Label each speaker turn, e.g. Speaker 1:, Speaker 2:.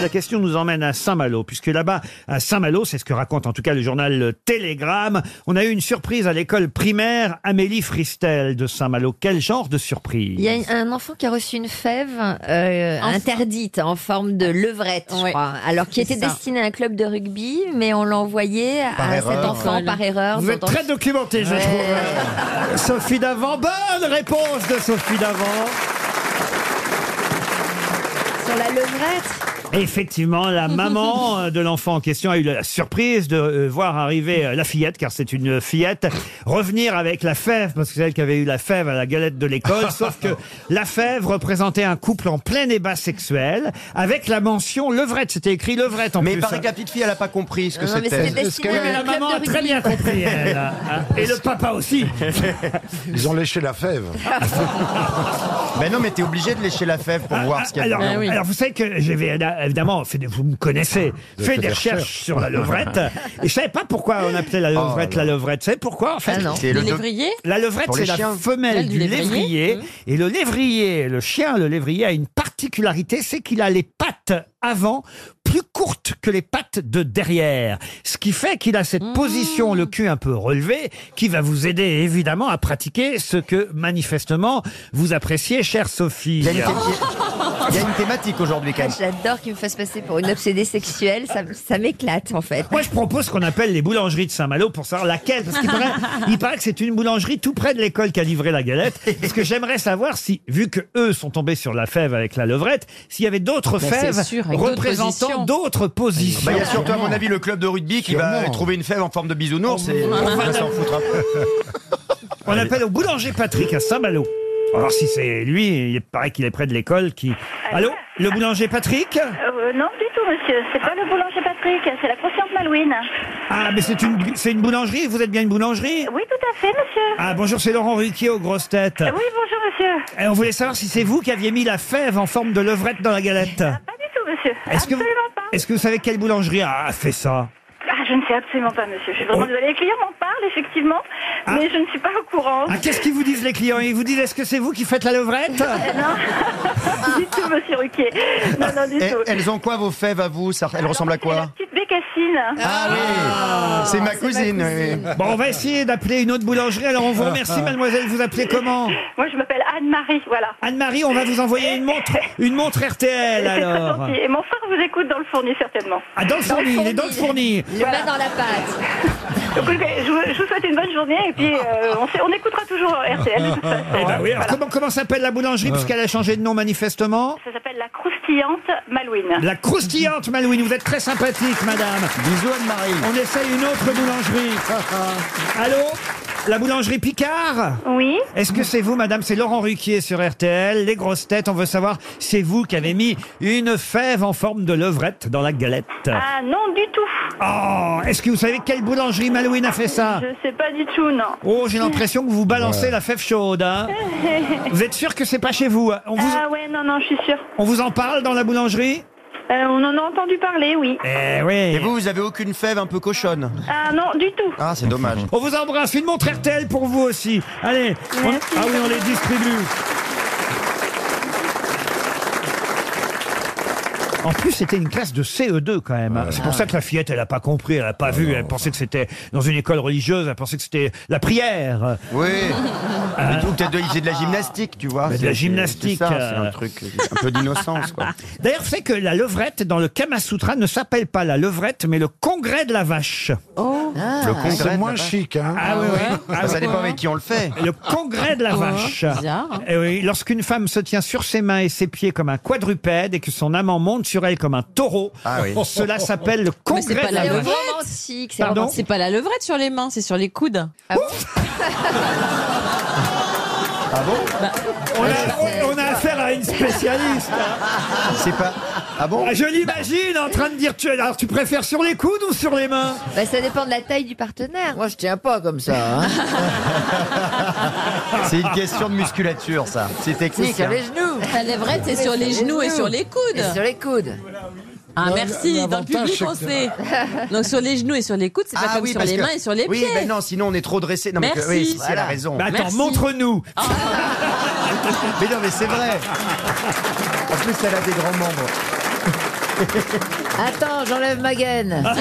Speaker 1: la question nous emmène à Saint-Malo, puisque là-bas, à Saint-Malo, c'est ce que raconte en tout cas le journal Le Télégramme, on a eu une surprise à l'école primaire Amélie Fristel de Saint-Malo. Quel genre de surprise
Speaker 2: Il y a un enfant qui a reçu une fève euh, interdite en forme de levrette, je crois. Alors qui était
Speaker 3: ça.
Speaker 2: destinée à un club de rugby, mais on l'envoyait
Speaker 3: Par
Speaker 2: à cet
Speaker 3: erreur.
Speaker 2: enfant par erreur.
Speaker 1: Vous
Speaker 2: dans-
Speaker 1: êtes très documenté, je trouve. Sophie Davant, bonne réponse de Sophie Davant.
Speaker 2: Sur la levrette.
Speaker 1: Effectivement, la maman euh, de l'enfant en question a eu la surprise de euh, voir arriver euh, la fillette, car c'est une fillette, revenir avec la fève, parce que c'est elle qui avait eu la fève à la galette de l'école, sauf que la fève représentait un couple en plein ébat sexuel, avec la mention levrette. C'était écrit levrette en
Speaker 4: Mais il
Speaker 1: plus.
Speaker 4: paraît que la petite fille, elle a pas compris ce que
Speaker 2: Non, mais
Speaker 4: c'était.
Speaker 2: c'était
Speaker 4: Est-ce que-
Speaker 2: destiné
Speaker 1: Oui, mais
Speaker 2: à un
Speaker 1: la
Speaker 2: club
Speaker 1: maman
Speaker 2: de
Speaker 1: a très
Speaker 2: rugby.
Speaker 1: bien compris, elle. hein. Et le papa aussi.
Speaker 5: Ils ont léché la fève.
Speaker 4: Mais non, mais t'es obligé de lécher la fève pour voir ce qu'il y a
Speaker 1: Ah, alors,
Speaker 4: dedans.
Speaker 1: alors, vous savez que j'avais évidemment fait des- vous me
Speaker 4: Ah,
Speaker 1: connaissez, fait des recherches sur la levrette. Et je savais pas pourquoi on appelait la
Speaker 4: Oh
Speaker 1: levrette la levrette. C'est pourquoi en fait
Speaker 2: Ah non.
Speaker 4: C'est le
Speaker 3: Il est
Speaker 4: doc-
Speaker 3: vrillé
Speaker 1: La levrette,
Speaker 4: Pour
Speaker 1: c'est
Speaker 4: les
Speaker 1: la
Speaker 4: chiens.
Speaker 1: femelle
Speaker 3: Elle,
Speaker 1: du
Speaker 3: du
Speaker 1: lévrier.
Speaker 3: lévrier.
Speaker 1: Et le lévrier, le chien, le lévrier, a une particularité, c'est qu'il a les pattes avant plus courtes que les pattes de derrière. Ce qui fait qu'il a cette position, le cul un peu relevé, qui va vous aider évidemment à pratiquer ce que manifestement vous appréciez, chère Sophie.
Speaker 4: Il y a une thé- il y a une thématique aujourd'hui quand
Speaker 2: Ah,
Speaker 4: même.
Speaker 2: J'adore qu'il me fasse passer pour une obsédée sexuelle, ça, ça m'éclate en fait.
Speaker 1: Moi, je propose ce qu'on appelle les boulangeries de Saint-Malo pour savoir laquelle. Parce qu'il paraît, il paraît que c'est une boulangerie tout près de l'école qui a livré la galette. Parce que j'aimerais savoir si, vu que eux sont tombés sur la fève avec la levrette, s'il y avait d'autres
Speaker 3: Ben,
Speaker 1: fèves
Speaker 3: c'est sûr, avec d'autres
Speaker 1: représentant
Speaker 3: positions.
Speaker 1: d'autres positions.
Speaker 4: Bah, il y a surtout, à mon avis, le club de rugby qui va
Speaker 5: Sûrement.
Speaker 4: trouver une fève en forme de bisounours et on va s'en foutre un peu.
Speaker 1: On appelle au boulanger Patrick à Saint-Malo. Alors, si c'est lui, il paraît qu'il est près de l'école qui. Allô Le boulanger Patrick
Speaker 6: Euh, non, du tout, monsieur. C'est pas le boulanger Patrick, c'est la conscience Malouine.
Speaker 1: Ah, mais c'est une, c'est une boulangerie Vous êtes bien une boulangerie
Speaker 6: Oui, tout à fait, monsieur.
Speaker 1: Ah, bonjour, c'est Laurent Ruquier aux grosses têtes.
Speaker 6: Oui, bonjour, monsieur.
Speaker 1: Et Eh, on voulait savoir si c'est vous qui aviez mis la fève en forme de levrette dans la galette.
Speaker 6: Pas du tout, monsieur.
Speaker 1: Est-ce que, vous,
Speaker 6: absolument pas.
Speaker 1: est-ce que vous savez quelle boulangerie a a fait ça
Speaker 6: Ah, je ne sais absolument pas, monsieur. Je suis vraiment
Speaker 1: Oh.
Speaker 6: désolée. Les clients m'en parlent, effectivement,
Speaker 1: Ah.
Speaker 6: mais je ne suis pas au courant.
Speaker 1: ah, Qu'est-ce qu'ils vous disent les clients Ils vous disent est-ce que c'est vous qui faites la levrette
Speaker 6: du tout, monsieur Ruquier. Non,
Speaker 1: Ah.
Speaker 6: non, du
Speaker 4: Et
Speaker 6: tout.
Speaker 4: Elles ont quoi vos fèves à vous ça- Elles ressemblent à
Speaker 6: C'est la
Speaker 4: quoi
Speaker 6: petite bécassine.
Speaker 4: Ah oui C'est ma cousine. oui.
Speaker 1: Bon, on va essayer d'appeler une autre boulangerie. Alors on vous
Speaker 6: Ah,
Speaker 1: remercie mademoiselle, vous appelez comment
Speaker 6: Moi, je m'appelle Anne-Marie, voilà.
Speaker 1: Anne-Marie, on va vous envoyer une montre, une montre RTL
Speaker 6: C'est très
Speaker 1: alors.
Speaker 6: gentil. Et mon frère vous écoute dans le fourni, certainement.
Speaker 1: Ah, dans le fourni, il est dans le fourni.
Speaker 2: Le main dans la pâte.
Speaker 6: Donc, ok, je vous, je vous souhaite une bonne journée et puis euh, on, sait- on écoutera toujours RTL. de toute façon.
Speaker 1: Eh ben oui, alors comment, comment s'appelle la boulangerie
Speaker 6: Ah.
Speaker 1: puisqu'elle a changé de nom manifestement
Speaker 6: Ça s'appelle la croustillante Malouine.
Speaker 1: La croustillante Malouine, vous êtes très sympathique madame.
Speaker 4: Bisous Anne-Marie.
Speaker 1: On essaye une autre boulangerie. Allô La boulangerie Picard
Speaker 6: Oui.
Speaker 1: Est-ce que c'est vous, madame C'est Laurent Ruquier sur RTL. Les grosses têtes, on veut savoir, c'est vous qui avez mis une fève en forme de levrette dans la galette.
Speaker 6: Ah non, du tout.
Speaker 1: Oh, est-ce que vous savez quelle boulangerie Malouine a fait ça
Speaker 6: Je sais pas du tout, non.
Speaker 1: Oh, j'ai l'impression que vous balancez la fève chaude. hein. vous êtes sûr que c'est pas chez vous hein on vous,
Speaker 6: Ah ouais, non, non, je suis sûre.
Speaker 1: on vous en parle dans la boulangerie
Speaker 6: Euh, on en a entendu parler, oui.
Speaker 1: Eh oui.
Speaker 4: Et vous, vous avez aucune fève un peu cochonne
Speaker 6: Ah non, du tout.
Speaker 4: Ah, c'est dommage.
Speaker 1: On vous embrasse. Une montre RTL pour vous aussi. Allez. on-
Speaker 6: Merci.
Speaker 1: Ah oui, on les distribue. En plus, c'était une classe de CE2 quand même. hein. C'est pour ça que la fillette, elle n'a pas compris, elle n'a
Speaker 4: Ah
Speaker 1: pas vu. Elle pensait que c'était dans une école religieuse, elle pensait que c'était la prière.
Speaker 4: Oui. Mais tout, peut-être de, il faisait de la gymnastique, tu vois.
Speaker 1: Mais de
Speaker 4: C'est-
Speaker 1: la
Speaker 4: c'est-
Speaker 1: gymnastique,
Speaker 4: C'est ça, c'est
Speaker 1: euh.
Speaker 4: un truc, un peu d'innocence, quoi.
Speaker 1: D'ailleurs, c'est que la levrette dans le Kama Sutra ne s'appelle pas la levrette, mais le congrès de la vache.
Speaker 4: Le congrès. de
Speaker 5: C'est
Speaker 4: la
Speaker 5: moins
Speaker 4: vache.
Speaker 5: chic, hein
Speaker 1: oui, oui.
Speaker 4: Ah, ça dépend avec qui on le fait.
Speaker 1: Le congrès de la vache.
Speaker 3: Oh, bizarre, hein.
Speaker 1: Eh oui, lorsqu'une femme se tient sur ses mains et ses pieds comme un quadrupède et que son amant monte sur elle comme un taureau,
Speaker 4: Ah oui.
Speaker 1: cela s'appelle le
Speaker 3: Mais c'est
Speaker 1: congrès
Speaker 3: pas
Speaker 1: de la
Speaker 3: la
Speaker 1: vache.
Speaker 3: levrette.
Speaker 2: romantique. c'est
Speaker 1: Pardon
Speaker 2: romantique.
Speaker 3: C'est pas la levrette sur les mains, c'est sur les coudes.
Speaker 4: Ah bon
Speaker 1: On a, on a affaire à une spécialiste.
Speaker 4: C'est pas. Ah bon
Speaker 1: Ah, Je l'imagine en train de dire tu, alors tu préfères sur les coudes ou sur les mains
Speaker 2: Bah, ça dépend de la taille du partenaire.
Speaker 7: Moi, je tiens pas comme ça. Hein.
Speaker 4: C'est une question de musculature, ça. C'est
Speaker 7: C'est
Speaker 4: technique.
Speaker 7: sur
Speaker 4: hein.
Speaker 7: les genoux.
Speaker 3: La levrette, c'est sur les genoux et sur les
Speaker 7: Et
Speaker 3: coudes.
Speaker 7: sur les coudes.
Speaker 3: Ah,
Speaker 5: Non,
Speaker 3: merci, dans le
Speaker 5: l'avantage,
Speaker 3: public,
Speaker 5: c'est
Speaker 3: on
Speaker 5: que-
Speaker 3: sait. Donc sur les genoux et sur les coudes, c'est pas
Speaker 4: Ah
Speaker 3: comme
Speaker 4: oui,
Speaker 3: sur
Speaker 4: parce
Speaker 3: les
Speaker 4: que-
Speaker 3: mains et sur les
Speaker 4: oui,
Speaker 3: pieds.
Speaker 4: mais non, sinon on est trop dressé. Non, mais que-
Speaker 3: Merci.
Speaker 4: oui, si, elle a
Speaker 3: Voilà.
Speaker 4: raison.
Speaker 1: Bah, Attends,
Speaker 3: Merci.
Speaker 1: montre-nous.
Speaker 4: Mais non, mais c'est vrai. En plus, elle a des grands membres.
Speaker 2: Attends, j'enlève ma gaine.